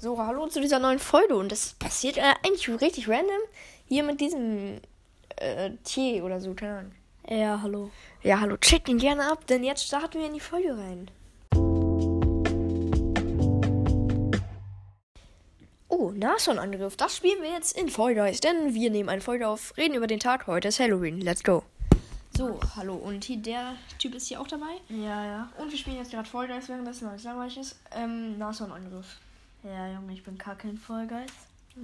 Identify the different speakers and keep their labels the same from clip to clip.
Speaker 1: So, hallo zu dieser neuen Folge und das passiert äh, eigentlich richtig random hier mit diesem äh, Tee oder so, keine Ahnung.
Speaker 2: Äh, Ja, hallo.
Speaker 1: Ja, hallo, checkt ihn gerne ab, denn jetzt starten wir in die Folge rein. Oh, Nashornangriff, das spielen wir jetzt in Fall Guys, denn wir nehmen eine Folge auf, reden über den Tag, heute ist Halloween, let's go. So, hallo, und hier, der Typ ist hier auch dabei.
Speaker 2: Ja, ja.
Speaker 1: Und wir spielen jetzt gerade Fall Guys, während das noch nicht langweilig ist. Ähm, Nashornangriff.
Speaker 2: Ja, Junge, ich bin gar kein Vollgeist.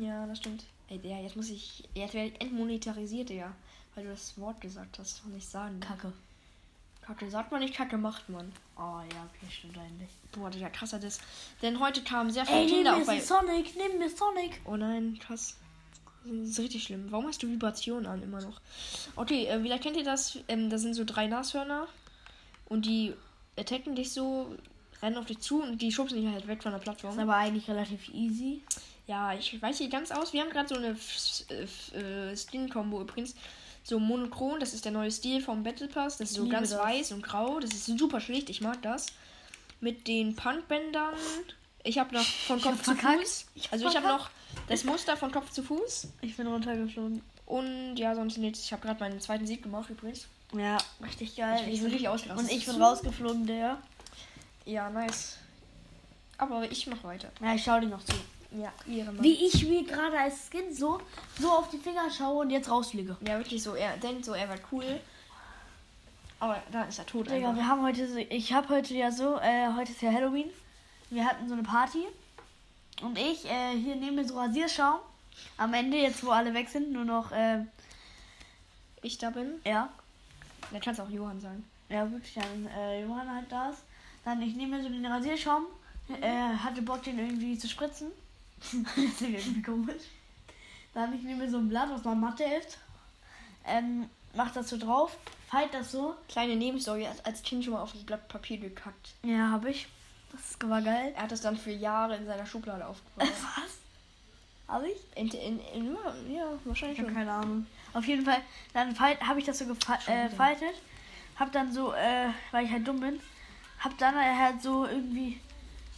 Speaker 1: Ja, das stimmt. Ey, der, jetzt muss ich. Jetzt werde ich entmonetarisiert, ja. Weil du das Wort gesagt hast, was man nicht sagen darf.
Speaker 2: Kacke.
Speaker 1: Kacke sagt man nicht, Kacke macht man.
Speaker 2: Oh ja, okay, stimmt eigentlich.
Speaker 1: Boah, Digga, krasser das. Denn heute kamen sehr viele
Speaker 2: Ey, nimm
Speaker 1: Kinder
Speaker 2: mir
Speaker 1: auch bei.
Speaker 2: Sonic, nimm mir Sonic.
Speaker 1: Oh nein, krass. Das ist richtig schlimm. Warum hast du Vibrationen an immer noch? Okay, äh, vielleicht kennt ihr das. Ähm, da sind so drei Nashörner und die attacken dich so, rennen auf dich zu und die schubsen dich halt weg von der Plattform.
Speaker 2: Ist aber eigentlich relativ easy.
Speaker 1: Ja, ich weiche hier ganz aus. Wir haben gerade so eine F- F- äh, Skin-Kombo übrigens. So monochron, das ist der neue Stil vom Battle Pass. Das ist
Speaker 2: Ich
Speaker 1: so
Speaker 2: liebe
Speaker 1: ganz
Speaker 2: das.
Speaker 1: weiß und grau. Das ist super schlicht, ich mag das. Mit den Punkbändern. Ich habe noch von Kopf
Speaker 2: hab
Speaker 1: zu
Speaker 2: verkackt.
Speaker 1: Fuß.
Speaker 2: Ich hab
Speaker 1: also ich habe noch
Speaker 2: verkackt.
Speaker 1: das Muster von Kopf zu Fuß.
Speaker 2: Ich bin runtergeflogen.
Speaker 1: Und ja, sonst nichts. Ich habe gerade meinen zweiten Sieg gemacht übrigens.
Speaker 2: Ja, richtig geil.
Speaker 1: Ich bin richtig ausgerastet.
Speaker 2: Und ich bin rausgeflogen, der.
Speaker 1: Ja, nice. Aber ich mache weiter.
Speaker 2: Ja, ich schau dir noch zu.
Speaker 1: Ja, ihre Mann.
Speaker 2: Wie ich mir gerade als Skin so, so auf die Finger schaue und jetzt rausfliege.
Speaker 1: Ja, wirklich so. Er denkt so, er war cool. Aber da ist er tot.
Speaker 2: Digga,
Speaker 1: einfach.
Speaker 2: wir haben heute so, ich habe heute ja so, äh, heute ist ja Halloween. Wir hatten so eine Party und ich äh, hier neben mir so Rasierschaum. Am Ende jetzt, wo alle weg sind, nur noch äh,
Speaker 1: ich da bin.
Speaker 2: ja,
Speaker 1: Dann kannst du auch Johann sagen.
Speaker 2: ja wirklich dann äh, Johann halt da ist. Dann ich nehme mir so den Rasierschaum, äh, hatte Bock den irgendwie zu spritzen. das ist irgendwie komisch. Dann ich nehme mir so ein Blatt aus meinem Matheheft, ähm, mach das so drauf, falt das so.
Speaker 1: Kleine Nebenstory, er hat als Kind schon mal auf ein Blatt Papier gekackt.
Speaker 2: Ja, habe ich. Das war geil.
Speaker 1: Er hat das dann für Jahre in seiner Schublade aufgebaut.
Speaker 2: Was? Habe ich?
Speaker 1: in, in, in, ja, wahrscheinlich
Speaker 2: Ich habe
Speaker 1: schon.
Speaker 2: keine Ahnung. Auf jeden Fall, dann habe ich das so gefaltet. Äh,
Speaker 1: wieder.
Speaker 2: faltet. hab dann so, äh, weil ich halt dumm bin, hab dann halt so irgendwie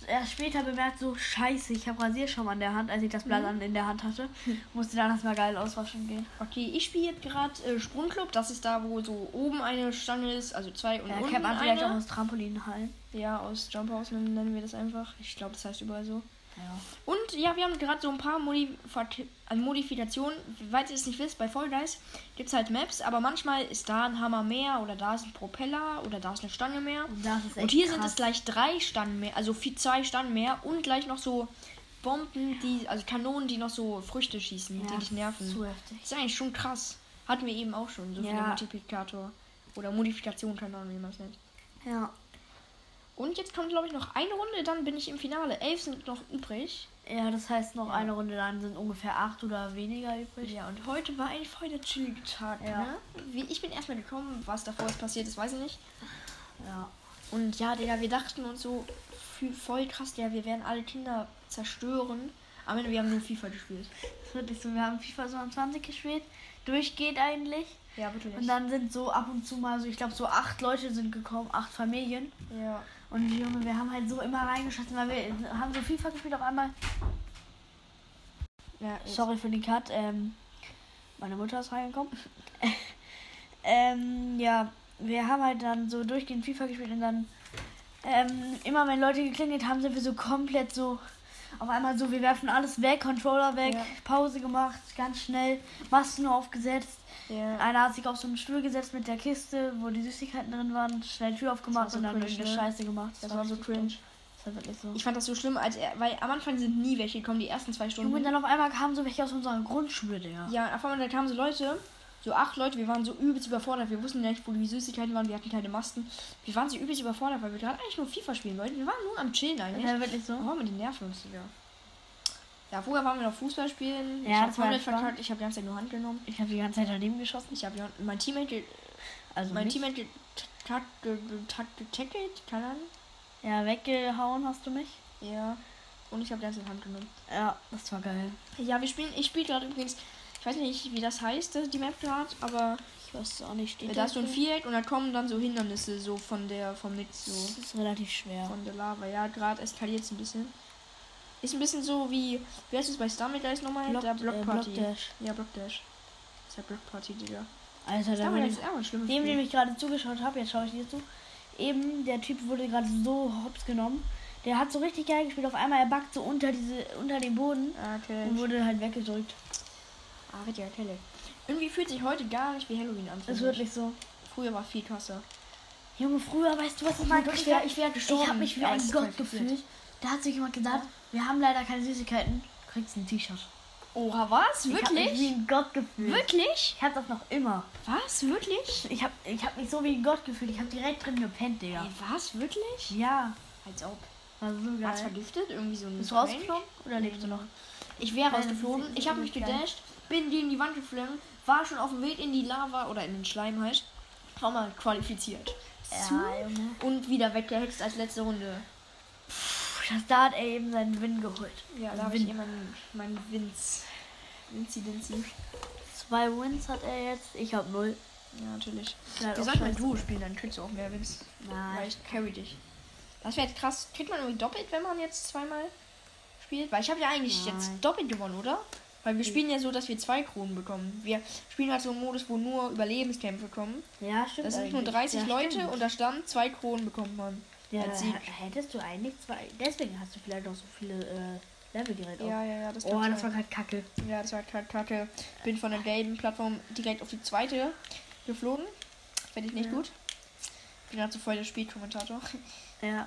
Speaker 2: erst später bemerkt, so scheiße, ich habe Rasierschaum an der Hand, als ich das Blatt an in der Hand hatte. Musste dann erstmal geil auswaschen gehen.
Speaker 1: Okay, ich spiele jetzt gerade äh, Sprungclub. Das ist da, wo so oben eine Stange ist, also zwei und
Speaker 2: Ja,
Speaker 1: unten
Speaker 2: kennt man vielleicht auch
Speaker 1: eine.
Speaker 2: aus Trampolinhallen.
Speaker 1: Ja, aus Jump House nennen nennen wir das einfach. Ich glaube, das heißt überall so.
Speaker 2: Ja.
Speaker 1: Und ja, wir haben gerade so ein paar Modifat also Modifikationen. Falls ihr es nicht wisst, bei Fall Guys gibt es halt Maps, aber manchmal ist da ein Hammer mehr oder da ist ein Propeller oder da ist eine Stange mehr.
Speaker 2: Und das ist echt
Speaker 1: Und hier
Speaker 2: krass.
Speaker 1: sind es gleich drei Stangen mehr, also vi- zwei Stangen mehr und gleich noch so Bomben, die, also Kanonen, die noch so Früchte schießen, die
Speaker 2: Ja,
Speaker 1: dich nerven.
Speaker 2: Zu heftig.
Speaker 1: ist eigentlich schon krass. Hatten wir eben auch schon, so viele
Speaker 2: Ja.
Speaker 1: Multiplikator oder Modifikation, keine Ahnung, wie man es nennt.
Speaker 2: Ja.
Speaker 1: Und jetzt kommt, glaube ich, noch eine Runde, dann bin ich im Finale. Elf sind noch übrig.
Speaker 2: Ja, das heißt noch eine Runde, dann sind ungefähr acht oder weniger übrig.
Speaker 1: Ja, und heute war ein voll der chillige Tag,
Speaker 2: Ja.
Speaker 1: ne? Wie, ich bin erstmal gekommen, was davor ist passiert ist, weiß ich nicht.
Speaker 2: ja.
Speaker 1: Und ja, Digga, wir dachten uns so, fü- voll krass, ja, wir werden alle Kinder zerstören. Am Ende, wir haben nur FIFA gespielt.
Speaker 2: Das ist wirklich so, wir haben FIFA 27 gespielt, durchgeht eigentlich.
Speaker 1: Ja, bitte
Speaker 2: Und dann sind so ab und zu mal so, ich glaube so acht Leute sind gekommen, acht Familien.
Speaker 1: ja.
Speaker 2: Und Junge, wir haben halt so immer reingeschossen, weil wir haben so FIFA gespielt auf einmal.
Speaker 1: ja
Speaker 2: Sorry für den Cut, ähm, meine Mutter ist reingekommen. ähm, ja, wir haben halt dann so durchgehend FIFA gespielt und dann ähm, immer wenn Leute geklingelt haben, sind wir so komplett so auf einmal so, wir werfen alles weg, Controller weg,
Speaker 1: Ja.
Speaker 2: Pause gemacht, ganz schnell, Masken nur aufgesetzt.
Speaker 1: ja.
Speaker 2: Einer hat sich auf so einen Stuhl gesetzt mit der Kiste, wo die Süßigkeiten drin waren, schnell Tür aufgemacht
Speaker 1: Das war
Speaker 2: und
Speaker 1: so
Speaker 2: dann
Speaker 1: cringe,
Speaker 2: irgendeine
Speaker 1: ne?
Speaker 2: Scheiße gemacht.
Speaker 1: Das war so
Speaker 2: richtig
Speaker 1: cringe.
Speaker 2: dumm. Das war wirklich so.
Speaker 1: Ich fand das so schlimm, als er, weil am Anfang sind nie welche gekommen, die ersten zwei Stunden.
Speaker 2: Junge, dann auf einmal kamen so welche aus unserer Grundschule, Digga.
Speaker 1: Ja, und auf einmal da kamen so Leute, so acht Leute, wir waren so übelst überfordert. Wir wussten ja nicht, wo die Süßigkeiten waren, wir hatten keine Masken. Wir waren so übelst überfordert, weil wir gerade eigentlich nur FIFA spielen wollten. Wir waren nur am Chillen eigentlich.
Speaker 2: Ja, wirklich so.
Speaker 1: Oh, mit den Nerven, Digga. Ja, vorher waren wir noch Fußball spielen.
Speaker 2: Ja,
Speaker 1: ich habe
Speaker 2: das war
Speaker 1: komplett
Speaker 2: entspannt.
Speaker 1: verkackt, ich habe die ganze Zeit nur Hand genommen.
Speaker 2: Ich habe die ganze Zeit daneben geschossen.
Speaker 1: Ich habe mein Teammate, ge-
Speaker 2: Also
Speaker 1: mein
Speaker 2: nicht.
Speaker 1: Teammate ge- tat- ge- ge- tat- getackelt, keine Ahnung.
Speaker 2: Ja, weggehauen hast du mich.
Speaker 1: Ja. Und ich habe die ganze Zeit Hand genommen.
Speaker 2: Ja, das war geil.
Speaker 1: Ja, wir spielen, ich spiele gerade übrigens, ich weiß nicht, wie das heißt, das- die Map gerade, aber
Speaker 2: Ich weiß es auch nicht. Steht
Speaker 1: da ist so ein
Speaker 2: drin?
Speaker 1: Viereck und da kommen dann so Hindernisse, so von der, vom Nix, so
Speaker 2: Das ist relativ schwer.
Speaker 1: von der Lava. Ja, gerade eskaliert es ein bisschen. Ist ein bisschen so wie, wer ist es bei Star Guys nochmal?
Speaker 2: Block,
Speaker 1: der
Speaker 2: äh,
Speaker 1: Block Party.
Speaker 2: Blockdash.
Speaker 1: ja, Block Dash. Das ist ja Block Party, Digga.
Speaker 2: Alter, da
Speaker 1: Star
Speaker 2: bin
Speaker 1: Guys
Speaker 2: ich,
Speaker 1: ist auch ein schlimmes
Speaker 2: dem, dem
Speaker 1: Spiel.
Speaker 2: ich gerade zugeschaut habe, jetzt schaue ich dir zu. Eben, der Typ wurde gerade so hops genommen. Der hat so richtig geil gespielt. Auf einmal er backt so unter diese unter den Boden
Speaker 1: Ah, okay.
Speaker 2: und wurde halt weggedrückt.
Speaker 1: Ah, richtiger Kelle. Irgendwie fühlt sich heute gar nicht wie Halloween an.
Speaker 2: Ist
Speaker 1: finde ich.
Speaker 2: wirklich so.
Speaker 1: Früher war viel krasser.
Speaker 2: Junge, früher weißt du, was ich meine?
Speaker 1: Gott,
Speaker 2: Oh Ich
Speaker 1: ich wär-
Speaker 2: hab-
Speaker 1: ich wär gestorben.
Speaker 2: Ich habe mich wie
Speaker 1: Ja,
Speaker 2: ein
Speaker 1: es ist
Speaker 2: Gott
Speaker 1: voll
Speaker 2: gefühlt.
Speaker 1: gefühlt.
Speaker 2: Da hat sich jemand gesagt, wir haben leider keine Süßigkeiten. Du kriegst ein T-Shirt.
Speaker 1: Oha, was?
Speaker 2: Ich hab mich wie
Speaker 1: Wirklich?
Speaker 2: ein Gott gefühlt.
Speaker 1: Wirklich?
Speaker 2: Ich hab das noch immer.
Speaker 1: Was? Wirklich?
Speaker 2: Ich hab, ich hab mich so wie ein Gott gefühlt. Ich hab direkt drin gepennt, Digga.
Speaker 1: Ey, was? Wirklich?
Speaker 2: Ja,
Speaker 1: Als ob.
Speaker 2: war so
Speaker 1: War's
Speaker 2: geil.
Speaker 1: vergiftet? Irgendwie so ein
Speaker 2: Bist du
Speaker 1: Strange?
Speaker 2: rausgeflogen oder lebst du noch?
Speaker 1: Ich wäre
Speaker 2: das
Speaker 1: rausgeflogen.
Speaker 2: ist-
Speaker 1: Ich habe mich
Speaker 2: ist geil.
Speaker 1: gedasht, bin in die Wand geflogen, war schon auf dem Weg in die Lava oder in den Schleim halt. Auch mal qualifiziert. Zu
Speaker 2: Junge.
Speaker 1: und wieder weggehext als letzte Runde.
Speaker 2: Puh, das da hat er eben seinen Win geholt.
Speaker 1: Ja, da
Speaker 2: Also
Speaker 1: habe ich
Speaker 2: Win.
Speaker 1: eh meinen mein Winz. Winzi, Winzi.
Speaker 2: Zwei Wins hat er jetzt. Ich hab null.
Speaker 1: Ja, natürlich.
Speaker 2: Ja,
Speaker 1: Wir sollten mal Duo spielen, dann kriegst du auch mehr Wins. Weil
Speaker 2: Nein.
Speaker 1: ich carry dich. Das wäre jetzt krass. Kriegt man irgendwie doppelt, wenn man jetzt zweimal spielt? Weil ich habe ja eigentlich
Speaker 2: Nein. Hm.
Speaker 1: jetzt doppelt gewonnen, oder? Weil wir spielen ja so, dass wir zwei Kronen bekommen. Wir spielen halt so einen Modus, wo nur Überlebenskämpfe kommen.
Speaker 2: Ja, stimmt.
Speaker 1: Das sind nur
Speaker 2: eigentlich.
Speaker 1: 30
Speaker 2: Ja,
Speaker 1: Leute
Speaker 2: stimmt.
Speaker 1: und da stand zwei Kronen bekommt man.
Speaker 2: Ja,
Speaker 1: als
Speaker 2: h-
Speaker 1: Sieg.
Speaker 2: hättest du eigentlich zwei. Deswegen hast du vielleicht auch so viele äh, Level direkt auf.
Speaker 1: Ja, ja, ja, das,
Speaker 2: Oh,
Speaker 1: kann
Speaker 2: das war Ah.
Speaker 1: sein.
Speaker 2: gerade kacke.
Speaker 1: Ja, das war gerade kacke. Bin von der gelben Plattform direkt auf die zweite geflogen. Finde ich nicht
Speaker 2: Ja.
Speaker 1: gut. Bin dazu voll der Spielkommentator.
Speaker 2: Ja.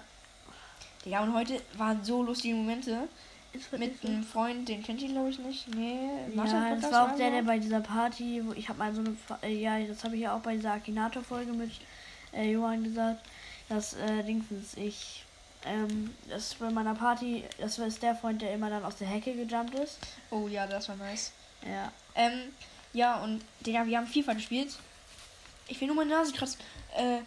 Speaker 1: Ja, und heute waren so lustige Momente.
Speaker 2: Ist
Speaker 1: Mit einem Freund, den kennt ihr glaube ich nicht. Nee, macht er
Speaker 2: ja, das
Speaker 1: Podcast
Speaker 2: war auch
Speaker 1: oder
Speaker 2: der,
Speaker 1: so?
Speaker 2: der bei dieser Party, wo ich habe mal so eine, Fa- äh, ja, das habe ich ja auch bei dieser Akinator-Folge mit äh, Johann gesagt, dass äh, Dingsens ich, ähm, das bei meiner Party, das war ist der Freund, der immer dann aus der Hecke gejumpt ist.
Speaker 1: Oh ja, das war nice.
Speaker 2: Ja.
Speaker 1: Ähm, ja, und Digga, wir haben FIFA gespielt. Ich will nur meine Nase kratzen. Äh,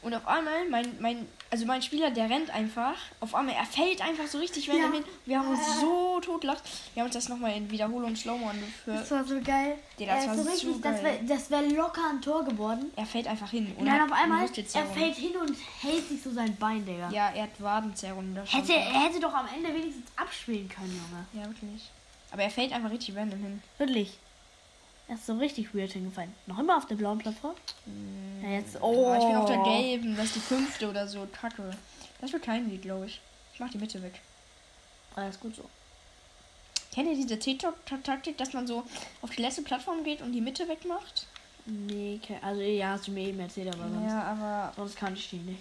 Speaker 1: und auf einmal, mein, mein, also mein Spieler, der rennt einfach. Auf einmal, er fällt einfach so richtig random
Speaker 2: Ja. Ah.
Speaker 1: hin. Wir haben uns so totgelacht. Wir haben uns das nochmal in Wiederholung Slow-Mo angehört.
Speaker 2: Das war so geil.
Speaker 1: Digga, das
Speaker 2: Äh,
Speaker 1: war
Speaker 2: so
Speaker 1: so
Speaker 2: richtig, das
Speaker 1: geil.
Speaker 2: wäre das wär locker ein Tor geworden.
Speaker 1: Er fällt einfach hin.
Speaker 2: Und dann auf einmal,
Speaker 1: muss jetzt
Speaker 2: er
Speaker 1: darum.
Speaker 2: fällt hin und hält sich so sein Bein, Digga.
Speaker 1: Ja, er hat Wadenzerrung. das
Speaker 2: Hätte,
Speaker 1: stand
Speaker 2: er hätte doch am Ende wenigstens abspielen können, Junge.
Speaker 1: da. Ja, wirklich. Aber er fällt einfach richtig random hin.
Speaker 2: Wirklich. Er ist so richtig weird hingefallen. Noch immer auf der blauen Plattform? Ja, jetzt.
Speaker 1: Oh.
Speaker 2: Oh.
Speaker 1: ich bin auf der gelben, das ist die fünfte oder so. Kacke. Das wird kein Lied, glaube ich. Ich mach die Mitte weg.
Speaker 2: Alles Ah, gut so.
Speaker 1: Kennt ihr diese TikTok-Taktik, dass man so auf die letzte Plattform geht und die Mitte wegmacht?
Speaker 2: Nee, ke- also ja, hast du mir eben erzählt, aber sonst,
Speaker 1: Ja, aber
Speaker 2: sonst kann ich die nicht.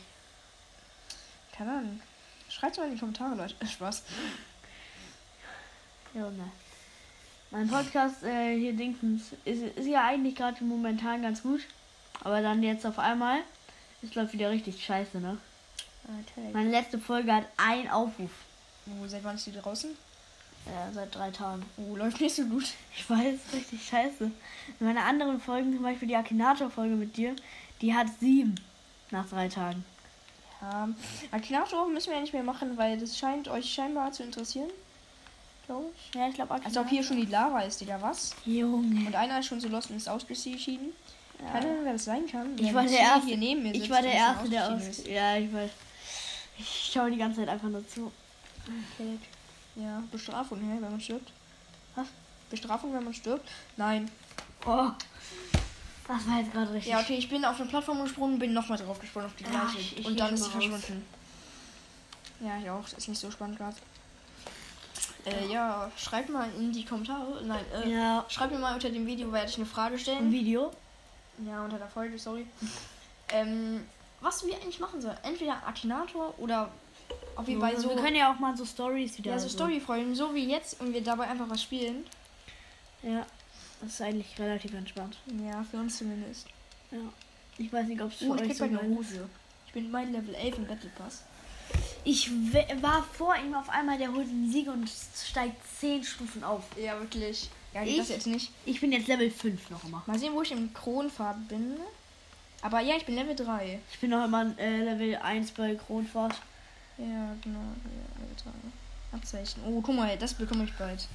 Speaker 1: keine Ahnung. Schreibt mal in die Kommentare, Leute. Spaß.
Speaker 2: Junge. Mein Podcast äh, hier Dingsens ist, ist ja eigentlich gerade momentan ganz gut. Aber dann jetzt auf einmal, es läuft wieder richtig scheiße, ne?
Speaker 1: Okay.
Speaker 2: Meine letzte Folge hat einen Aufruf.
Speaker 1: Oh, seit wann ist die draußen?
Speaker 2: Ja, seit drei Tagen.
Speaker 1: Oh, läuft nicht so gut.
Speaker 2: Ich weiß, richtig scheiße. Meine anderen Folgen, zum Beispiel die Akinator-Folge mit dir, die hat sieben nach drei Tagen.
Speaker 1: Ähm, Akinato müssen wir ja nicht mehr machen, weil das scheint euch scheinbar zu interessieren. Glaube ich.
Speaker 2: Ja, ich glaube
Speaker 1: Als ob hier schon die Lava ist, Digga, was?
Speaker 2: Junge.
Speaker 1: Und einer ist schon so lost und ist ausgeschieden. Keine Ahnung, wer das sein kann.
Speaker 2: Ich
Speaker 1: Wer
Speaker 2: war
Speaker 1: das
Speaker 2: der
Speaker 1: hier-
Speaker 2: Erste-
Speaker 1: Hier neben mir
Speaker 2: Ich
Speaker 1: sitzt
Speaker 2: war
Speaker 1: und
Speaker 2: der
Speaker 1: schon
Speaker 2: Erste, der
Speaker 1: ausgeschieden ist.
Speaker 2: aus. Ja, ich weiß. Ich schaue die ganze Zeit einfach nur zu.
Speaker 1: Fällt. Ja, Bestrafung, hä, wenn man stirbt.
Speaker 2: Was?
Speaker 1: Bestrafung, wenn man stirbt? Nein.
Speaker 2: Oh. Das war jetzt gerade richtig.
Speaker 1: Ja, okay, ich bin auf eine Plattform gesprungen, bin nochmal drauf gesprungen, auf die
Speaker 2: Ah,
Speaker 1: gleiche.
Speaker 2: ich- ich
Speaker 1: und dann
Speaker 2: geh
Speaker 1: ist sie
Speaker 2: schon mal raus.
Speaker 1: verschwunden. Ja, ich auch. Ist nicht so spannend gerade. Äh, ja, schreibt mal in die Kommentare. Nein, äh,
Speaker 2: Ja.
Speaker 1: schreibt mir mal unter dem Video, werde ich eine Frage
Speaker 2: Ein
Speaker 1: stellen.
Speaker 2: Video.
Speaker 1: Ja, unter der Folge, sorry. ähm, was wir eigentlich machen sollen. Entweder Akinator oder auf jeden Fall so.
Speaker 2: wir können ja auch mal so Stories wieder.
Speaker 1: ja, so Story-Folgen, so wie jetzt und wir dabei einfach was spielen.
Speaker 2: Ja. Das ist eigentlich relativ entspannt.
Speaker 1: Ja, für uns zumindest.
Speaker 2: Ja. Ich weiß nicht, ob es für
Speaker 1: Oh, ich
Speaker 2: euch
Speaker 1: krieg
Speaker 2: so
Speaker 1: meine
Speaker 2: geil ist.
Speaker 1: Hose. Ich bin mein Level 11 im Battle Pass.
Speaker 2: Ich we- war vor ihm auf einmal, der holt einen Sieg und steigt 10 Stufen auf.
Speaker 1: Ja, wirklich. Ja,
Speaker 2: Ich?
Speaker 1: ich das jetzt nicht.
Speaker 2: Ich bin jetzt Level 5 noch immer.
Speaker 1: Mal sehen, wo ich im Kronfarben bin. Aber ja, ich bin Level 3.
Speaker 2: Ich bin noch immer äh, Level 1 bei Kronfahrt.
Speaker 1: Ja, genau. Ja, Level ne? 3. Abzeichen. Oh, guck mal, das bekomme ich bald.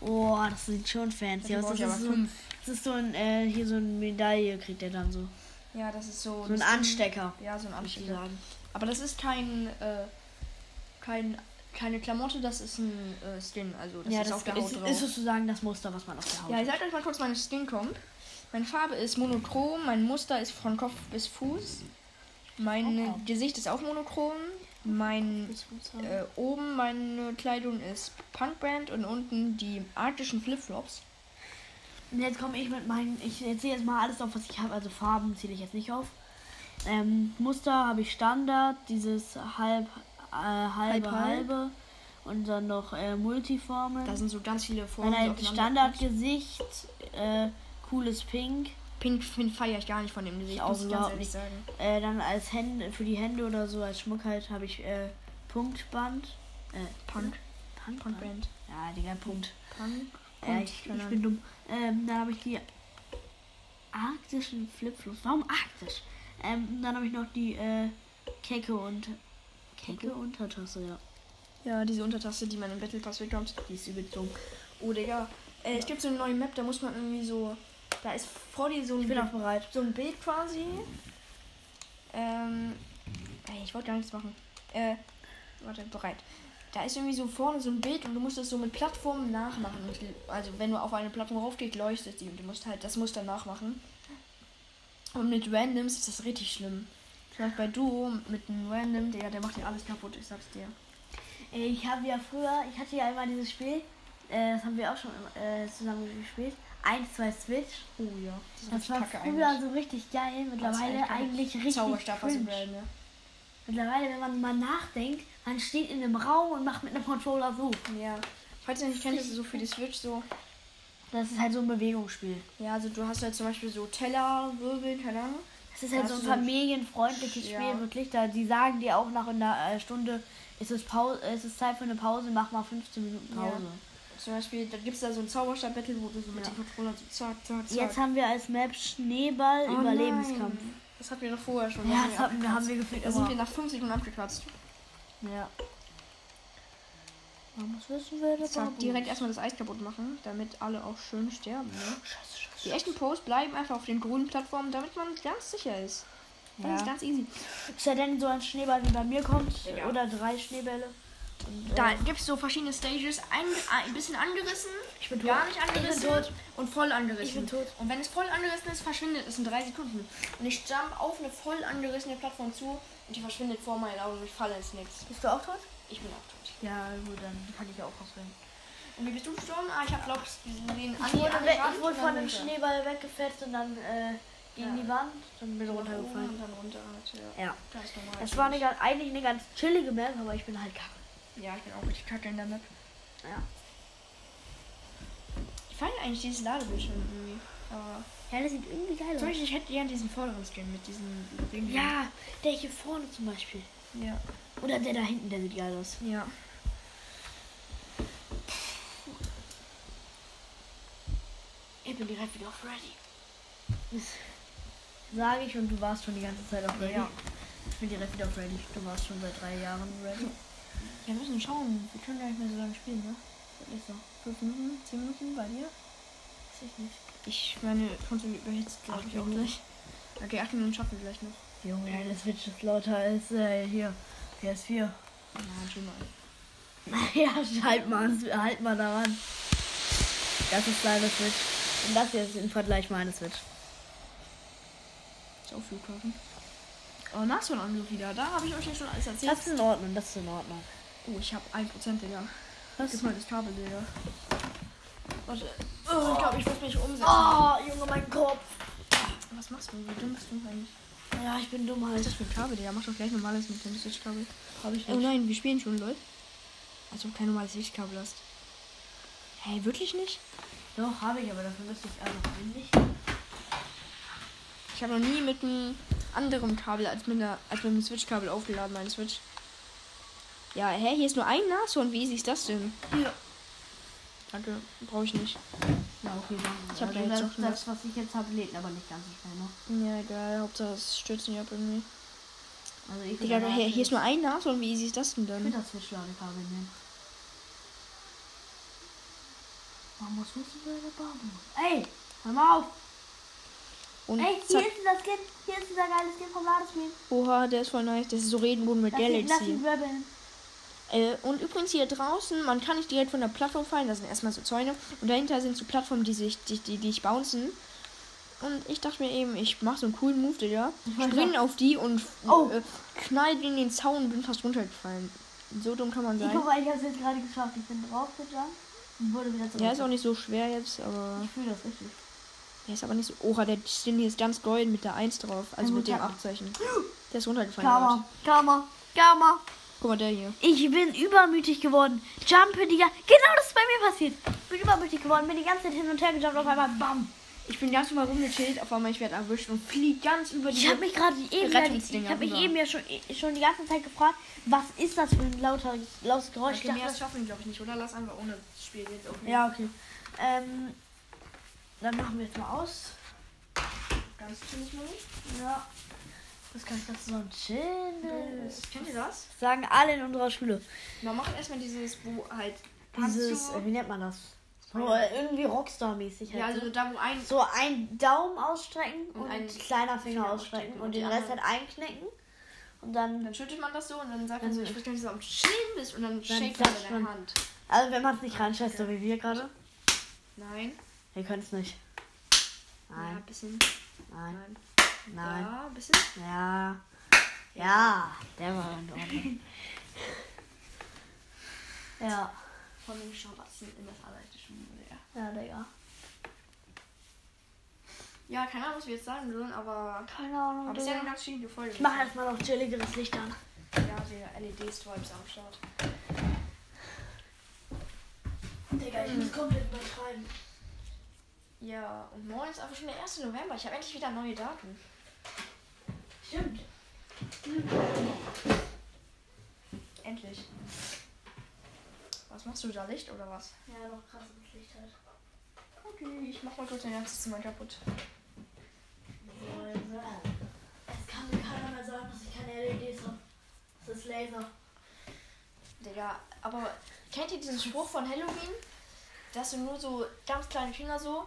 Speaker 2: Oh, das sieht schon fancy
Speaker 1: Dafür
Speaker 2: aus.
Speaker 1: brauche
Speaker 2: Das
Speaker 1: ich
Speaker 2: ist,
Speaker 1: aber
Speaker 2: so,
Speaker 1: fünf.
Speaker 2: das ist so ein, äh, hier so eine Medaille kriegt er dann so.
Speaker 1: Ja, das ist so.
Speaker 2: So ein
Speaker 1: das-
Speaker 2: Anstecker.
Speaker 1: Ja, so ein
Speaker 2: würd ich
Speaker 1: Anstecker.
Speaker 2: sagen.
Speaker 1: Aber das ist kein. Äh, kein keine Klamotte, das ist ein äh, Skin. Also das
Speaker 2: ja,
Speaker 1: ist
Speaker 2: das
Speaker 1: auf der
Speaker 2: ist,
Speaker 1: Haut drauf.
Speaker 2: ist sozusagen das Muster, was man auf der Haut
Speaker 1: ja, ich sag euch mal kurz meine Skin-Comp. Meine Farbe ist monochrom, mein Muster ist von Kopf bis Fuß. Mein
Speaker 2: Okay.
Speaker 1: Gesicht ist auch monochrom. Mein
Speaker 2: hat.
Speaker 1: äh, oben meine Kleidung ist Punkband und unten die arktischen Flipflops.
Speaker 2: Und Ähm, jetzt komme ich mit meinen. Ich zähle jetzt mal alles auf, was ich habe. Also Farben zähle ich jetzt nicht auf. Ähm, Muster habe ich Standard, dieses halb, äh, halbe, halbe,
Speaker 1: Halb, halb.
Speaker 2: und dann noch äh, Multiformen.
Speaker 1: Da sind so ganz viele Formen.
Speaker 2: dann
Speaker 1: die
Speaker 2: halt
Speaker 1: aufeinander-
Speaker 2: Standardgesicht, äh, cooles Pink.
Speaker 1: Pink Pink feiere ich gar nicht von dem Gesicht,
Speaker 2: auch
Speaker 1: muss ich ganz
Speaker 2: überhaupt
Speaker 1: ehrlich
Speaker 2: nicht.
Speaker 1: sagen.
Speaker 2: Äh, dann als Hände, für die Hände oder so, als Schmuck halt, habe ich äh, Punktband. Äh,
Speaker 1: Punk.
Speaker 2: Punkband.
Speaker 1: Punkband.
Speaker 2: Ja, Digga, Punkt.
Speaker 1: Punk.
Speaker 2: Äh,
Speaker 1: Punkt,
Speaker 2: ich,
Speaker 1: keine
Speaker 2: ich
Speaker 1: Ahnung.
Speaker 2: bin dumm. Ähm, dann habe ich die arktischen Flipflops. Warum arktisch? Ähm, dann habe ich noch die äh, Kecke und Kecke Untertasse, ja.
Speaker 1: Ja, diese Untertaste, die man im Battle Pass bekommt, die ist übel dumm. Oh, Digga. Äh, es gibt so eine neue Map, da muss man irgendwie so. Da ist vor dir so ein,
Speaker 2: Ich bin auch bereit.
Speaker 1: so ein Bild quasi. Ähm. Ey, ich wollte gar nichts machen. Äh. Warte, bereit. Da ist irgendwie so vorne so ein Bild und du musst es so mit Plattformen nachmachen. Und die- Also, wenn du auf eine Plattform raufgehst, leuchtet die und du musst halt das Muster nachmachen. Und mit Randoms ist das richtig schlimm. Ich bei Duo mit einem Random, Digga, der macht dir alles kaputt, ich sag's dir.
Speaker 2: Äh, Ich habe ja früher, ich hatte ja immer dieses Spiel, äh, das haben wir auch schon äh, zusammen gespielt. 1, 2 Switch.
Speaker 1: Oh ja, das,
Speaker 2: Das
Speaker 1: ist
Speaker 2: war
Speaker 1: richtig kacke
Speaker 2: früher
Speaker 1: eigentlich.
Speaker 2: so richtig geil, mittlerweile
Speaker 1: eigentlich
Speaker 2: eigentlich richtig
Speaker 1: Zauberstab aus dem
Speaker 2: cringe.
Speaker 1: Brain, ne?
Speaker 2: Mittlerweile, wenn man mal nachdenkt, man steht in einem Raum und macht mit einem Controller so.
Speaker 1: Ja. Falls ihr nicht kennt, ist es so für die Switch so.
Speaker 2: Das ist halt so ein Bewegungsspiel.
Speaker 1: Ja, also du hast halt zum Beispiel so Teller, Wirbel, keine Ahnung.
Speaker 2: Es ist halt
Speaker 1: Hast
Speaker 2: so ein
Speaker 1: du so ein-
Speaker 2: familienfreundliches
Speaker 1: Ja.
Speaker 2: Spiel, wirklich. Da, die sagen dir auch nach einer äh, Stunde, ist es, Pause, ist es Zeit für eine Pause, mach mal 15 Minuten
Speaker 1: Ja.
Speaker 2: Pause.
Speaker 1: Zum Beispiel, da gibt es da so ein Zauberstab-Battle, wo du so mit
Speaker 2: Ja.
Speaker 1: dem Controller so zack, zack, zack.
Speaker 2: Jetzt haben wir als Map Schneeball
Speaker 1: Oh
Speaker 2: Überlebenskampf.
Speaker 1: nein. Das hatten wir doch vorher schon.
Speaker 2: Ja,
Speaker 1: haben
Speaker 2: das also
Speaker 1: wir
Speaker 2: haben, haben
Speaker 1: abgekratzt.
Speaker 2: wir gefühlt
Speaker 1: Da sind
Speaker 2: immer.
Speaker 1: wir nach 5 Sekunden abgekratzt.
Speaker 2: Ja. Man muss wissen, wer das
Speaker 1: Zack, direkt erstmal das Eis kaputt machen, damit alle auch schön sterben. Ne?
Speaker 2: Scheiße,
Speaker 1: Die
Speaker 2: scheiße.
Speaker 1: echten Posts bleiben einfach auf den grünen Plattformen, damit man ganz sicher ist. Das
Speaker 2: Ja.
Speaker 1: ist ganz easy.
Speaker 2: Ist ja denn so ein Schneeball, wie bei mir kommt.
Speaker 1: Ja.
Speaker 2: Oder drei Schneebälle. Und,
Speaker 1: Da
Speaker 2: äh,
Speaker 1: gibt es so verschiedene Stages. Ein, ein bisschen angerissen,
Speaker 2: ich bin tot.
Speaker 1: gar nicht
Speaker 2: Ich
Speaker 1: angerissen
Speaker 2: bin tot.
Speaker 1: und voll angerissen.
Speaker 2: Ich bin tot.
Speaker 1: Und wenn es voll angerissen ist, verschwindet es in drei Sekunden. Und ich jump auf eine voll angerissene Plattform zu und die verschwindet vor meinen Augen und ich falle ins Nichts.
Speaker 2: Bist du auch tot?
Speaker 1: Ich bin auch tot.
Speaker 2: Ja, gut, dann kann ich auch auswählen.
Speaker 1: Und wie bist du gestorben? Ah, ich hab Lobs den
Speaker 2: Ich wurde, weg, ich wurde von einem Schneeball weggefetzt und dann äh, gegen
Speaker 1: Ja.
Speaker 2: die Wand. Dann bin ich runtergefallen.
Speaker 1: Und dann runter. halt, Ja.
Speaker 2: Ja.
Speaker 1: Ganz normal.
Speaker 2: Das war eine, ganz- eigentlich eine ganz chillige Map, aber ich bin halt kacke.
Speaker 1: Ja, ich bin auch richtig kacke in der Map.
Speaker 2: Ja.
Speaker 1: Ich fand eigentlich dieses Ladebildschirm irgendwie. Aber
Speaker 2: Ja, das sieht irgendwie geil
Speaker 1: zum
Speaker 2: aus.
Speaker 1: Beispiel, ich hätte gern diesen vorderen Skin mit diesem Ring.
Speaker 2: Ja, der hier vorne zum Beispiel.
Speaker 1: Ja.
Speaker 2: Oder der da hinten, der sieht geil aus.
Speaker 1: Ja.
Speaker 2: Ich bin direkt wieder auf ready. Sage ich und du warst schon die ganze Zeit auf ready.
Speaker 1: Ja.
Speaker 2: Ich bin direkt wieder auf ready. Du warst schon seit drei Jahren ready.
Speaker 1: Wir müssen schauen. Wir können gar nicht mehr so lange spielen, ne? Wirklich so. Fünf Minuten, zehn Minuten bei dir?
Speaker 2: Weiß ich nicht.
Speaker 1: Ich meine, Konsole überhitzt, glaube
Speaker 2: Acht
Speaker 1: ich, auch
Speaker 2: Minuten.
Speaker 1: gleich. Okay, acht Minuten schaffen wir gleich noch.
Speaker 2: Junge, deine Switch ist lauter als äh, hier. PS4.
Speaker 1: Ja, schon mal.
Speaker 2: Ja, halt mal, ans- halt mal daran. Das ist deine Switch. Und das hier ist im Vergleich meine Switch.
Speaker 1: Ist auch Flughafen. Oh, Nashorn-Angriff wieder. Da habe ich euch ja schon alles erzählt.
Speaker 2: Das ist in Ordnung, das ist in Ordnung.
Speaker 1: Oh, ich habe 1%, Digga.
Speaker 2: Was?
Speaker 1: Gib mal das Kabel, Digga. Warte. Oh, ich glaube, ich muss mich umsetzen.
Speaker 2: Oh, Junge, mein Kopf.
Speaker 1: Was machst du? Wie dumm bist du eigentlich?
Speaker 2: Ja, ich bin dumm
Speaker 1: Was ist
Speaker 2: halt.
Speaker 1: das für ein Kabel, Digga? Mach doch gleich normales mit dem Switch-Kabel.
Speaker 2: Hab ich
Speaker 1: Oh
Speaker 2: nicht.
Speaker 1: nein, wir spielen schon, Leute. Als ob du kein normales Lichtkabel hast. Hey, wirklich nicht?
Speaker 2: Doch, habe ich, aber dafür müsste ich also einfach nicht.
Speaker 1: Ich habe noch nie mit einem anderen Kabel als mit, einer, als mit einem Switch-Kabel aufgeladen, meine Switch. Ja, hä, hier ist nur ein Nashorn. Wie easy ist das denn?
Speaker 2: Hier.
Speaker 1: Danke, brauche ich nicht.
Speaker 2: Ja, okay, danke.
Speaker 1: Ich hab da
Speaker 2: Also
Speaker 1: jetzt
Speaker 2: das,
Speaker 1: auch schon
Speaker 2: das, was ich jetzt habe, lädt aber nicht ganz so schnell noch.
Speaker 1: Ja, egal. Hauptsache, es stürzt nicht ab irgendwie.
Speaker 2: Also ich
Speaker 1: Digga,
Speaker 2: würde
Speaker 1: hier, hier
Speaker 2: natürlich
Speaker 1: ist nur ein Nashorn. Wie easy ist das denn
Speaker 2: mit
Speaker 1: dann?
Speaker 2: das Fischladekabel nehmen. Man muss wissen, wer der Babu Ey, hör mal auf.
Speaker 1: Und
Speaker 2: Ey, hier
Speaker 1: Hm, zack.
Speaker 2: ist dieser Skin. Hier ist dieser geile Skin vom Ladespiel.
Speaker 1: Oha, der ist voll nice. Das ist so Regenbogen mit
Speaker 2: Das sieht, das sieht
Speaker 1: Galaxy.
Speaker 2: Rebel.
Speaker 1: Äh, und übrigens hier draußen, man kann nicht direkt von der Plattform fallen, da sind erstmal so Zäune und dahinter sind so Plattformen, die sich, die, die, die ich bouncen. Und ich dachte mir eben, ich mache so einen coolen Move, Digga.
Speaker 2: weiß
Speaker 1: Spring auf die und
Speaker 2: Oh.
Speaker 1: äh, knall gegen den Zaun und bin fast runtergefallen. So dumm kann man
Speaker 2: Ich
Speaker 1: sein.
Speaker 2: guck mal, ich hab's jetzt gerade geschafft. Ich bin draufgegangen und wurde wieder zurück.
Speaker 1: Ja, ist auch nicht so schwer jetzt, aber.
Speaker 2: Ich fühle das richtig.
Speaker 1: Der ist aber nicht so. Oha, der Stin hier ist ganz golden mit der 1 drauf. Also
Speaker 2: Ja,
Speaker 1: mit
Speaker 2: gut,
Speaker 1: dem
Speaker 2: ja.
Speaker 1: 8-Zeichen. Der ist runtergefallen.
Speaker 2: Karma,
Speaker 1: Leute.
Speaker 2: Karma, Karma.
Speaker 1: Guck mal, der hier.
Speaker 2: Ich bin übermütig geworden. Jumpe, Digga. Genau das ist bei mir passiert. Ich bin übermütig geworden, bin die ganze Zeit hin und her gejumpt. Auf einmal, bam.
Speaker 1: Ich bin ganz normal rumgechillt, auf einmal ich werde erwischt und fliege ganz über die.
Speaker 2: Ich habe mich gerade eben,
Speaker 1: Rettungsdinger
Speaker 2: ich habe mich
Speaker 1: rüber.
Speaker 2: eben ja schon, schon die ganze Zeit gefragt, was ist das für ein lauter, lautes Geräusch? Oh, Ich
Speaker 1: Okay,
Speaker 2: dachte,
Speaker 1: mehr schaffen wir, glaube ich, nicht, oder? Lass einfach ohne Spiel jetzt auf.
Speaker 2: ja, okay. Ähm, dann machen wir jetzt mal aus.
Speaker 1: Ganz chillig mal.
Speaker 2: Ja. Das kann ich das so ein chilles.
Speaker 1: Kennt ihr das?
Speaker 2: Sagen alle in unserer Schule.
Speaker 1: Man macht erstmal dieses, wo halt.
Speaker 2: Dieses,
Speaker 1: Hast du-
Speaker 2: äh, wie nennt man das? So,
Speaker 1: Ja.
Speaker 2: äh, irgendwie Rockstar-mäßig. Halt.
Speaker 1: ja, also da, wo ein.
Speaker 2: So ein Daumen ausstrecken und,
Speaker 1: Und
Speaker 2: ein
Speaker 1: ein
Speaker 2: kleiner Finger
Speaker 1: Finger
Speaker 2: ausstrecken
Speaker 1: ausstrecken
Speaker 2: und
Speaker 1: und
Speaker 2: den
Speaker 1: die
Speaker 2: Rest halt
Speaker 1: andere-
Speaker 2: einknicken. Und dann,
Speaker 1: Dann schüttelt man das so und dann sagt man
Speaker 2: Dann-
Speaker 1: so, ich weiß gar nicht, dass du am Chillen bist und dann,
Speaker 2: Dann
Speaker 1: dann shake man
Speaker 2: klatscht
Speaker 1: mit der
Speaker 2: man.
Speaker 1: Hand.
Speaker 2: also wenn man es nicht reinscheißt, so wie wir gerade.
Speaker 1: Nein.
Speaker 2: Wir können es nicht.
Speaker 1: Ja, ein
Speaker 2: Nein,
Speaker 1: bisschen.
Speaker 2: nein,
Speaker 1: Nein.
Speaker 2: nein.
Speaker 1: Ja, ein bisschen.
Speaker 2: Ja. Ja, der war in Ordnung. ja,
Speaker 1: Von dem Schabatzen in das Arbeitischen. Ja.
Speaker 2: ja, Digga.
Speaker 1: Ja, keine Ahnung, was wir jetzt sagen sollen, aber.
Speaker 2: Keine Ahnung,
Speaker 1: Aber es ist ja eine
Speaker 2: Digga.
Speaker 1: ganz schöne Folge.
Speaker 2: Ich mache erstmal noch chilligeres Licht an.
Speaker 1: Ja, E der LED-Stripes am Start.
Speaker 2: Digga, ich muss komplett übertreiben.
Speaker 1: Ja, und morgen ist einfach schon der 1. November. Ich habe endlich wieder neue Daten.
Speaker 2: Stimmt.
Speaker 1: Endlich. Was machst du da? Licht oder was?
Speaker 2: Ja, noch krasses Licht halt.
Speaker 1: Okay, ich mach mal kurz dein ganzes Zimmer kaputt.
Speaker 2: Es kann mir keiner mehr sagen, dass ich keine LEDs habe. Das ist Laser.
Speaker 1: Digga, aber kennt ihr diesen Spruch von Halloween? Dass du nur so ganz kleine Kinder so.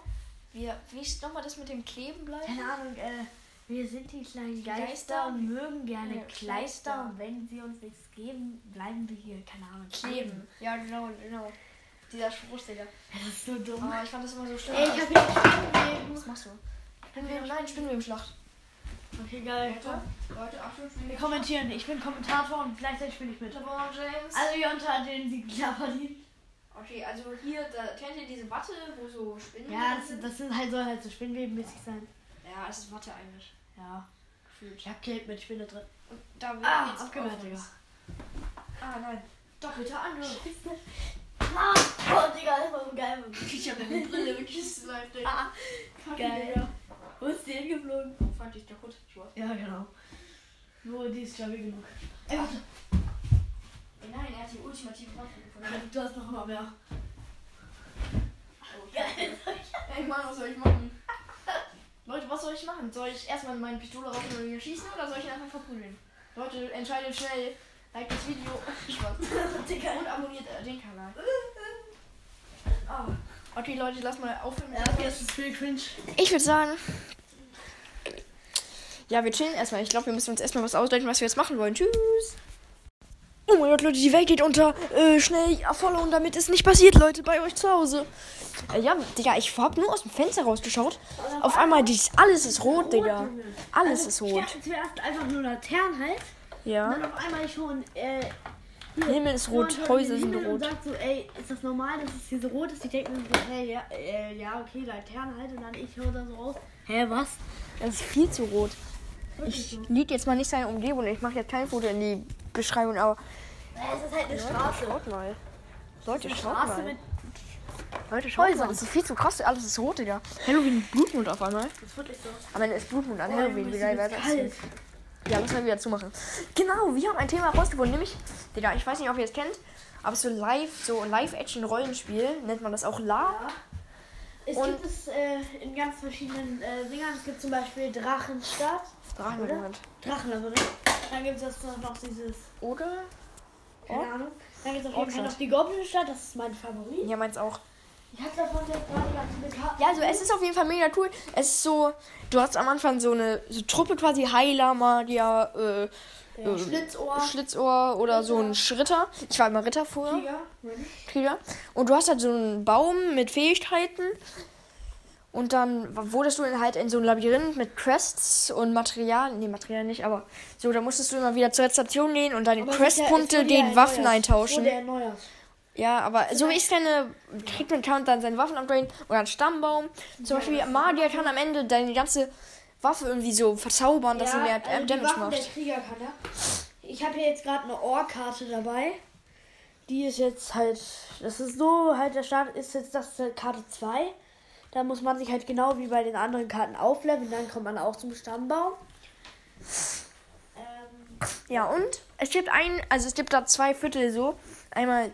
Speaker 1: Wir, wie ist nochmal das mit dem Kleben bleiben?
Speaker 2: Keine Ahnung, äh, wir sind die kleinen Geister,
Speaker 1: Geister
Speaker 2: und mögen gerne
Speaker 1: Ja,
Speaker 2: Kleister.
Speaker 1: Kleister.
Speaker 2: Und wenn sie uns nichts geben, bleiben wir hier. Keine Ahnung.
Speaker 1: Kleben. Ja, genau, genau. Dieser Spruch, Digga.
Speaker 2: Das ist so dumm.
Speaker 1: Ah, ich fand das immer so schlimm.
Speaker 2: Ey, ich hab hier
Speaker 1: was machst du? Spinnenweben, nein, Spinnenwebenschlacht.
Speaker 2: Okay, geil.
Speaker 1: Leute, Achtung,
Speaker 2: Wir kommentieren. Ich bin Kommentator und gleichzeitig bin ich mit.
Speaker 1: Lebron James.
Speaker 2: Also ihr unter den sie klar verdienen.
Speaker 1: okay, also hier, da kennt ihr diese Watte, wo so Spinnen
Speaker 2: Ja,
Speaker 1: drin
Speaker 2: das, das sind halt, soll halt so spinnwebenmäßig sein.
Speaker 1: Ja, es ist Watte eigentlich.
Speaker 2: Ja.
Speaker 1: Gefühlt.
Speaker 2: Ich hab Geld mit Spinne drin.
Speaker 1: Und da wird
Speaker 2: Ah,
Speaker 1: jetzt
Speaker 2: abgewehrt,
Speaker 1: auf
Speaker 2: Digga.
Speaker 1: uns. Ah, nein. Doppelter Angriff.
Speaker 2: Ah, oh, Digga, das war so geil.
Speaker 1: Ich hab meine Brille geküsst, Leute.
Speaker 2: Ah,
Speaker 1: Fuck,
Speaker 2: geil.
Speaker 1: Digga.
Speaker 2: Wo ist die hingeflogen?
Speaker 1: Fuck, die ist kaputt. Spaß.
Speaker 2: Ja, genau. Nur die ist stabil genug.
Speaker 1: Ey, warte. Ey, nein, er hat die ultimative Waffe gefunden.
Speaker 2: Du hast noch mal mehr.
Speaker 1: Oh, geil. Ey, Mann, was soll ich machen? Leute, was soll ich machen? Soll ich erstmal meine Pistole rausnehmen und ihn schießen oder soll ich ihn einfach verprügeln? Leute, entscheidet schnell. Like das Video. Spaß.
Speaker 2: Digga.
Speaker 1: Und abonniert äh, den Kanal. Ah. Okay, Leute, lass mal aufhören.
Speaker 2: Ja, okay, das ist viel cringe.
Speaker 1: Ich würde sagen. Ja, wir chillen erstmal. Ich glaube, wir müssen uns erstmal was ausdenken, was wir jetzt machen wollen. Tschüss. Oh mein Gott, Leute, die Welt geht unter. Äh, schnell followen, damit es nicht passiert, Leute, bei euch zu Hause. Äh, ja, Digga, ich hab nur aus dem Fenster rausgeschaut. Auf einmal, dies, alles ist rot, Digga.
Speaker 2: Äh, Junge.
Speaker 1: Alles ist
Speaker 2: Ich
Speaker 1: rot.
Speaker 2: dachte zuerst einfach nur Laternen halt. Und
Speaker 1: Ja.
Speaker 2: dann auf einmal schon, äh,
Speaker 1: Himmel ist rot,
Speaker 2: jemand
Speaker 1: Häuser
Speaker 2: in den
Speaker 1: sind
Speaker 2: Himmel Und
Speaker 1: rot.
Speaker 2: sagt so, ey, ist das normal, dass es hier so rot ist? Die denken so, hey, ja, äh, ja, okay, Laternen halt. Und dann ich höre da so raus. Hä, was?
Speaker 1: Es ist viel zu rot.
Speaker 2: Wirklich
Speaker 1: Ich
Speaker 2: so.
Speaker 1: liege jetzt mal nicht seine Umgebung. Ich mache jetzt kein Foto in die Beschreibung, aber.
Speaker 2: Es ist halt eine Straße.
Speaker 1: Schaut mal. Leute, schaut
Speaker 2: Straße
Speaker 1: mal.
Speaker 2: mit.
Speaker 1: Leute, schaut
Speaker 2: Häusern.
Speaker 1: mal. Es ist viel zu krass. Alles ist rot, Digga. Halloween Blutmond auf einmal.
Speaker 2: Das ist wirklich so.
Speaker 1: Am Ende ist Blutmond an
Speaker 2: Oh,
Speaker 1: Halloween.
Speaker 2: mir
Speaker 1: Wie
Speaker 2: ist
Speaker 1: geil wäre
Speaker 2: übelst
Speaker 1: das?
Speaker 2: kalt.
Speaker 1: Ja, müssen wir wieder zumachen. Genau, wir haben ein Thema rausgefunden, nämlich, Digga, ich weiß nicht, ob ihr es kennt, aber so live, so Live-Action-Rollenspiel, nennt man das auch La.
Speaker 2: Es
Speaker 1: Und-
Speaker 2: gibt es äh, in ganz verschiedenen äh, Dingern. Es gibt zum Beispiel Drachenstadt,
Speaker 1: Drachenmoment.
Speaker 2: Drachenlabyrinth. Dann gibt es noch dieses,
Speaker 1: Oder?
Speaker 2: keine
Speaker 1: Oh.
Speaker 2: Ahnung. Dann gibt es auf jeden Fall
Speaker 1: Orkstadt.
Speaker 2: noch die Goblinstadt, das ist mein Favorit.
Speaker 1: Ja, meins auch.
Speaker 2: Ich hatte davon jetzt gerade ganz viele Karten.
Speaker 1: Ja, also es ist auf jeden Fall mega cool. Es ist so, du hast am Anfang so eine so Truppe quasi, Heiler, Magier, äh, äh,
Speaker 2: Schlitzohr.
Speaker 1: Schlitzohr oder so ein Schritter. Ich war immer Ritter vorher.
Speaker 2: Ja,
Speaker 1: Krieger. Und du hast halt so einen Baum mit Fähigkeiten. Und dann wurdest du in- halt in so ein Labyrinth mit Crests und Material. Nee, Material nicht, aber so, da musstest du immer wieder zur Station gehen und deine
Speaker 2: Aber
Speaker 1: Crestpunkte
Speaker 2: es wurde ja
Speaker 1: den Waffen
Speaker 2: erneuert.
Speaker 1: eintauschen.
Speaker 2: Es wurde erneuert.
Speaker 1: Ja, aber so wie ich es kenne, kriegt man kann dann seine Waffen upgraden oder einen Stammbaum. Zum Beispiel Magier kann am Ende deine ganze Waffe irgendwie so verzaubern, dass sie mehr äh,
Speaker 2: also die
Speaker 1: Damage
Speaker 2: Waffen
Speaker 1: macht.
Speaker 2: Der Krieger kann er. Ich habe hier jetzt gerade eine Ohr-Karte dabei. Die ist jetzt halt, das ist so, halt der Start ist jetzt das äh, Karte 2. Da muss man sich halt genau wie bei den anderen Karten aufleveln, dann kommt man auch zum Stammbaum. Ähm,
Speaker 1: Ja, und es gibt ein, also es gibt da zwei Viertel so. Einmal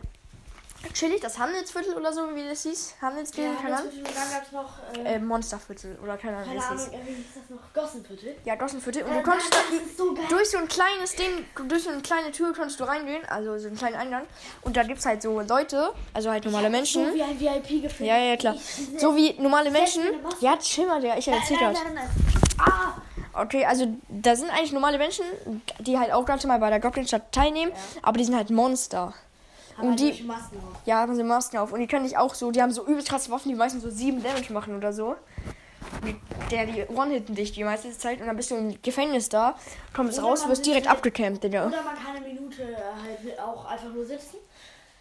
Speaker 1: chillig, das Handelsviertel oder so, wie das hieß. Handelsviertel,
Speaker 2: ja,
Speaker 1: keine Ahnung.
Speaker 2: dazwischen dann gab's noch, äh,
Speaker 1: Äh, Monsterviertel oder keine Ahnung, wie
Speaker 2: keine
Speaker 1: das
Speaker 2: Ahnung,
Speaker 1: hieß.
Speaker 2: äh, wie hieß das noch? Gossenviertel.
Speaker 1: Ja, Gossenviertel. Und
Speaker 2: Äh,
Speaker 1: du konntest da
Speaker 2: Mann, das ist so geil.
Speaker 1: durch so ein kleines Ding, durch so eine kleine Tür konntest du reingehen, also so einen kleinen Eingang. Und da gibt's halt so Leute, also halt normale Menschen.
Speaker 2: So wie ein VIP gefühlt.
Speaker 1: Ja, ja, klar.
Speaker 2: Ich-
Speaker 1: So wie normale Menschen.
Speaker 2: viele Masken.
Speaker 1: Ja, chill mal, Digga, ich erzähl
Speaker 2: nein,
Speaker 1: das.
Speaker 2: nein, nein, nein. Ah,
Speaker 1: Okay, also da sind eigentlich normale Menschen, die halt auch ganz normal bei der Goblinstadt teilnehmen, aber die sind halt Monster.
Speaker 2: aber
Speaker 1: Und die-
Speaker 2: durch Masken auf.
Speaker 1: Ja, haben sie Masken auf. Und die können nicht auch so, die haben so übelst krasse Waffen, die meistens so sieben Damage machen oder so. Die- Der, die one-hitten dich die meiste Zeit und dann bist du im Gefängnis da, kommst
Speaker 2: Oder
Speaker 1: raus,
Speaker 2: man
Speaker 1: wirst
Speaker 2: sitzt
Speaker 1: direkt
Speaker 2: halt-
Speaker 1: abgecampt, Digga.
Speaker 2: Oder man kann eine Minute äh, halt auch einfach nur sitzen.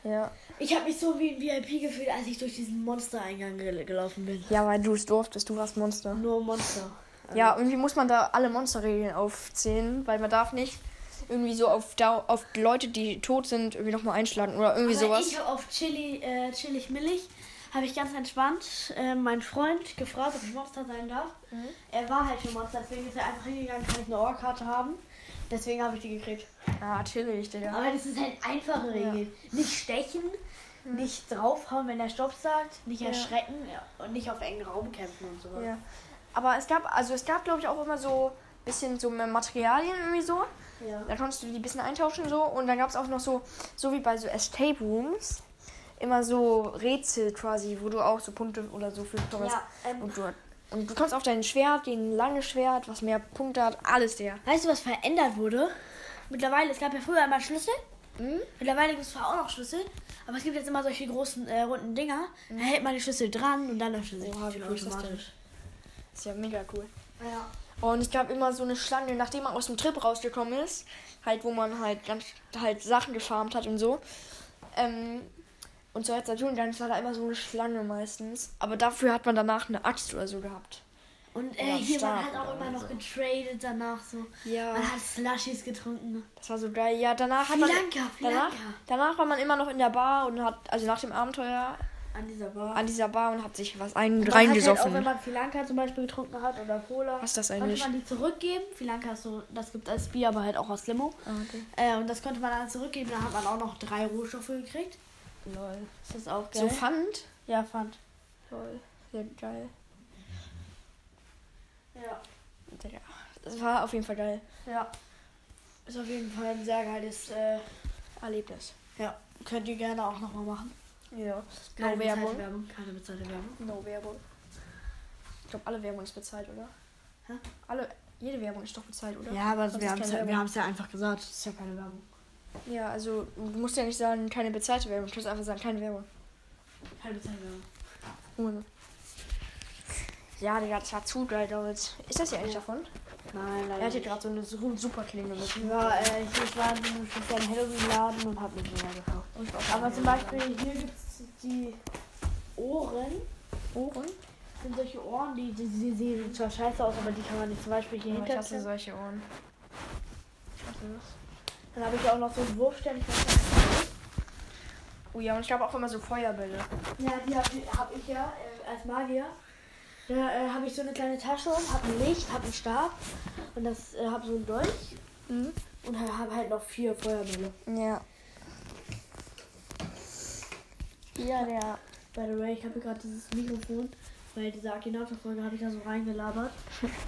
Speaker 1: Ja.
Speaker 2: Ich habe mich so wie ein VIP gefühlt, als ich durch diesen Monstereingang gel gelaufen bin.
Speaker 1: ja, weil du es durftest, du warst Monster.
Speaker 2: Nur Monster.
Speaker 1: Ja, irgendwie muss man da alle Monsterregeln aufzählen, weil man darf nicht irgendwie so auf, Dau- auf Leute, die tot sind, irgendwie nochmal einschlagen oder irgendwie
Speaker 2: Aber
Speaker 1: sowas.
Speaker 2: Ich habe auf Chili, äh, Chillig Millig, habe ich ganz entspannt äh, meinen Freund gefragt, ob ich Monster sein darf. Er war halt schon Monster, deswegen ist er einfach hingegangen, kann ich eine Ohrkarte haben. Deswegen habe ich die gekriegt.
Speaker 1: Ah, chillig, Digga.
Speaker 2: Aber das ist halt einfache Regeln. Nicht stechen, nicht draufhauen, wenn der Stopp sagt, nicht
Speaker 1: Ja.
Speaker 2: erschrecken ja, und nicht auf engen Raum kämpfen und sowas.
Speaker 1: Ja. Aber es gab, also es gab, glaube ich, auch immer so ein bisschen so mehr Materialien irgendwie so.
Speaker 2: Ja.
Speaker 1: Da konntest du die ein bisschen eintauschen so. Und dann gab es auch noch so, so wie bei so Escape Rooms, immer so Rätsel quasi, wo du auch so Punkte oder so für bekommst.
Speaker 2: Ja, ähm,
Speaker 1: und, du, und du kannst auch dein Schwert, den lange Schwert, was mehr Punkte hat, alles der.
Speaker 2: Weißt du, was verändert wurde? Mittlerweile, es gab ja früher immer Schlüssel. Hm? Mittlerweile gibt es zwar auch noch Schlüssel, aber es gibt jetzt immer solche großen äh, runden Dinger. Da hält man die Schlüssel dran und dann öffnet sich
Speaker 1: Oha,
Speaker 2: die
Speaker 1: wie
Speaker 2: Tür
Speaker 1: cool ist das
Speaker 2: automatisch.
Speaker 1: Ist ja mega cool.
Speaker 2: Ja.
Speaker 1: Und es gab immer so eine Schlange, nachdem man aus dem Trip rausgekommen ist, halt wo man halt ganz halt Sachen gefarmt hat und so. Ähm, und zur Station ganz war da immer so eine Schlange meistens. Aber dafür hat man danach eine Axt oder so gehabt.
Speaker 2: Und
Speaker 1: Oder
Speaker 2: äh, hier, man
Speaker 1: Stab
Speaker 2: hat auch
Speaker 1: oder
Speaker 2: immer noch
Speaker 1: so.
Speaker 2: getradet danach so.
Speaker 1: Ja.
Speaker 2: Man hat Slushies getrunken.
Speaker 1: Das war so geil. Ja, danach hat
Speaker 2: Sri
Speaker 1: man.
Speaker 2: Lanka, Sri
Speaker 1: danach,
Speaker 2: Lanka.
Speaker 1: danach war man immer noch in der Bar und hat, also nach dem Abenteuer
Speaker 2: An dieser Bar.
Speaker 1: an dieser Bar und hat sich was ein,
Speaker 2: Man Hat halt auch, wenn
Speaker 1: reingesoffen.
Speaker 2: man Sri Lanka zum Beispiel getrunken hat oder Cola.
Speaker 1: Was ist das
Speaker 2: Konnte
Speaker 1: eigentlich?
Speaker 2: man die zurückgeben. Sri Lanka ist so, das gibt als Bier, aber halt auch aus Limo.
Speaker 1: Ah, okay.
Speaker 2: Äh, und das konnte man dann zurückgeben. Da hat man auch noch drei Rohstoffe gekriegt.
Speaker 1: Lol.
Speaker 2: Ist das auch geil?
Speaker 1: So fand.
Speaker 2: ja, fand.
Speaker 1: Lol. Sehr geil.
Speaker 2: Ja.
Speaker 1: Digga. Das war auf jeden Fall geil.
Speaker 2: Ja. Ist auf jeden Fall ein sehr geiles. Äh,
Speaker 1: Erlebnis.
Speaker 2: ja. Könnt ihr gerne auch nochmal machen.
Speaker 1: Ja.
Speaker 2: Keine
Speaker 1: No
Speaker 2: bezahlte
Speaker 1: Werbung.
Speaker 2: Werbung. Keine bezahlte Werbung.
Speaker 1: No Werbung. Ich glaube, alle Werbung ist bezahlt, oder?
Speaker 2: Hä?
Speaker 1: Alle, jede Werbung ist doch bezahlt, oder?
Speaker 2: Ja, aber
Speaker 1: Sonst
Speaker 2: wir
Speaker 1: ist
Speaker 2: haben es
Speaker 1: keine
Speaker 2: ja, wir
Speaker 1: Werbung.
Speaker 2: haben's ja einfach gesagt. Das ist ja keine Werbung.
Speaker 1: Ja, also du musst ja nicht sagen, keine bezahlte Werbung. Du kannst einfach sagen, keine Werbung.
Speaker 2: Keine bezahlte Werbung.
Speaker 1: Ohne. Ja, Digga, das war zu geil damit. Ist das hier eigentlich davon?
Speaker 2: Nein,
Speaker 1: Er hat
Speaker 2: leider.
Speaker 1: hier
Speaker 2: nicht.
Speaker 1: gerade so eine Su- super Klinge mit.
Speaker 2: Ich war, äh, ich, ich war in einem speziellen Halloween-Laden und hab mir die mal gekauft. Aber zum Beispiel hier gibt's die Ohren.
Speaker 1: Ohren?
Speaker 2: Das sind solche Ohren, die, die, die sehen zwar scheiße aus, aber die kann man nicht zum Beispiel hier
Speaker 1: Ich
Speaker 2: hinter.
Speaker 1: hasse solche Ohren. Ich hasse das.
Speaker 2: Dann habe ich auch noch so einen Wurfstern. Ich weiß nicht,
Speaker 1: Oh ja, und ich glaube auch immer so Feuerbälle.
Speaker 2: Ja, die habe hab ich ja äh, als Magier. Da äh, habe ich so eine kleine Tasche um, habe ein Licht, habe einen Stab und das äh, habe so einen Dolch
Speaker 1: Mhm.
Speaker 2: und habe halt noch vier Feuerbälle.
Speaker 1: Ja.
Speaker 2: Ja, ja. By the way, ich habe gerade dieses Mikrofon, weil diese Akinator-Folge habe ich da so reingelabert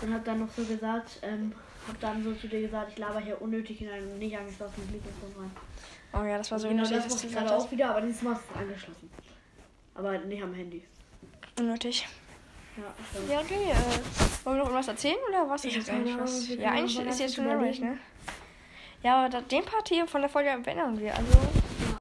Speaker 2: und habe dann noch so gesagt, ähm, habe dann so zu dir gesagt, ich laber hier unnötig in ein nicht angeschlossenes Mikrofon rein.
Speaker 1: Oh ja, das war so
Speaker 2: genau
Speaker 1: unnötig,
Speaker 2: das
Speaker 1: dass
Speaker 2: mache
Speaker 1: du
Speaker 2: ich
Speaker 1: gerade
Speaker 2: gerade auch wieder, aber dieses Mal ist es angeschlossen. Aber nicht am Handy.
Speaker 1: Unnötig.
Speaker 2: Ja, stimmt.
Speaker 1: Ja, okay. Äh, wollen wir noch irgendwas erzählen oder was ist
Speaker 2: Ja,
Speaker 1: jetzt
Speaker 2: keine
Speaker 1: eigentlich
Speaker 2: Ahnung,
Speaker 1: was?
Speaker 2: wir
Speaker 1: Ja,
Speaker 2: können
Speaker 1: eigentlich
Speaker 2: noch mal
Speaker 1: ist
Speaker 2: ganz
Speaker 1: jetzt
Speaker 2: kurz
Speaker 1: schon durch,
Speaker 2: überlegen.
Speaker 1: ne? Ja, aber da- den Part hier von der Folge verändern wir. Also.